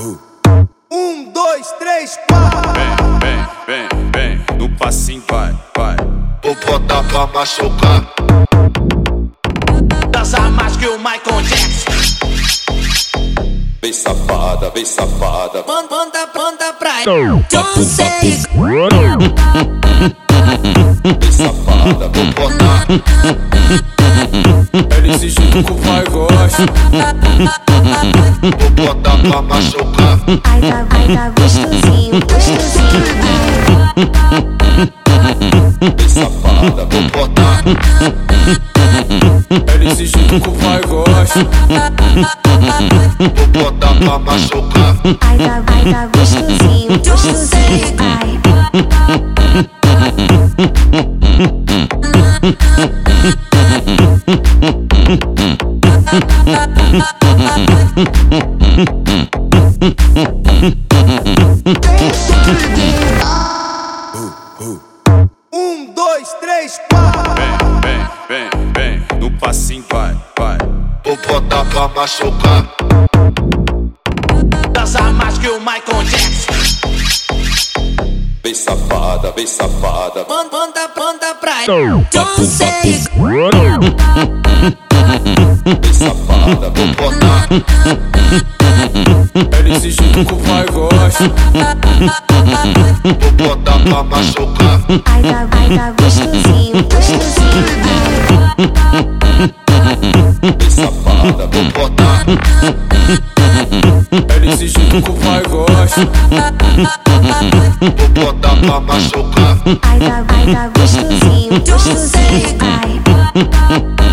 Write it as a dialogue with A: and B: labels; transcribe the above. A: Um, dois, três, quatro.
B: Vem, vem, vem, no passinho vai, vai.
C: Vou botar pra machucar.
A: Dança mais que o Michael Jackson.
B: Vem safada, vem safada.
A: Manda, manda, manda pra
B: Papo,
A: Johnson.
B: papo. Vem safada, vou botar. LX5 vai, gosta.
C: Vou botar pra machucar.
D: Ai, tá, ai, tá gostosinho, gostosinho.
B: Vem safada, vou
C: Botar,
B: LX5 vai, gosta.
C: vou botar pra machucar.
D: Ai, tá, ai, tá gostosinho, gostosinho. Ai,
A: Um, dois, três, quatro.
B: Vem, vem, vem, no passinho vai, vai.
C: Vou botar pra machucar.
A: Dança mais que o Michael Jackson.
B: Vem safada, vem safada.
A: Manda, manda, manda pra Johnson.
B: Vem safada, vou
C: Botar,
B: LX5 vai, gosta.
C: vou botar pra machucar.
D: ai, tá, ai, tá gostosinho, gostosinho.
B: Vem safada, vou
C: Botar,
B: LX5 vai, gosta.
C: vou botar pra machucar.
D: Ai, tá, ai, tá gostosinho, gostosinho. Ai,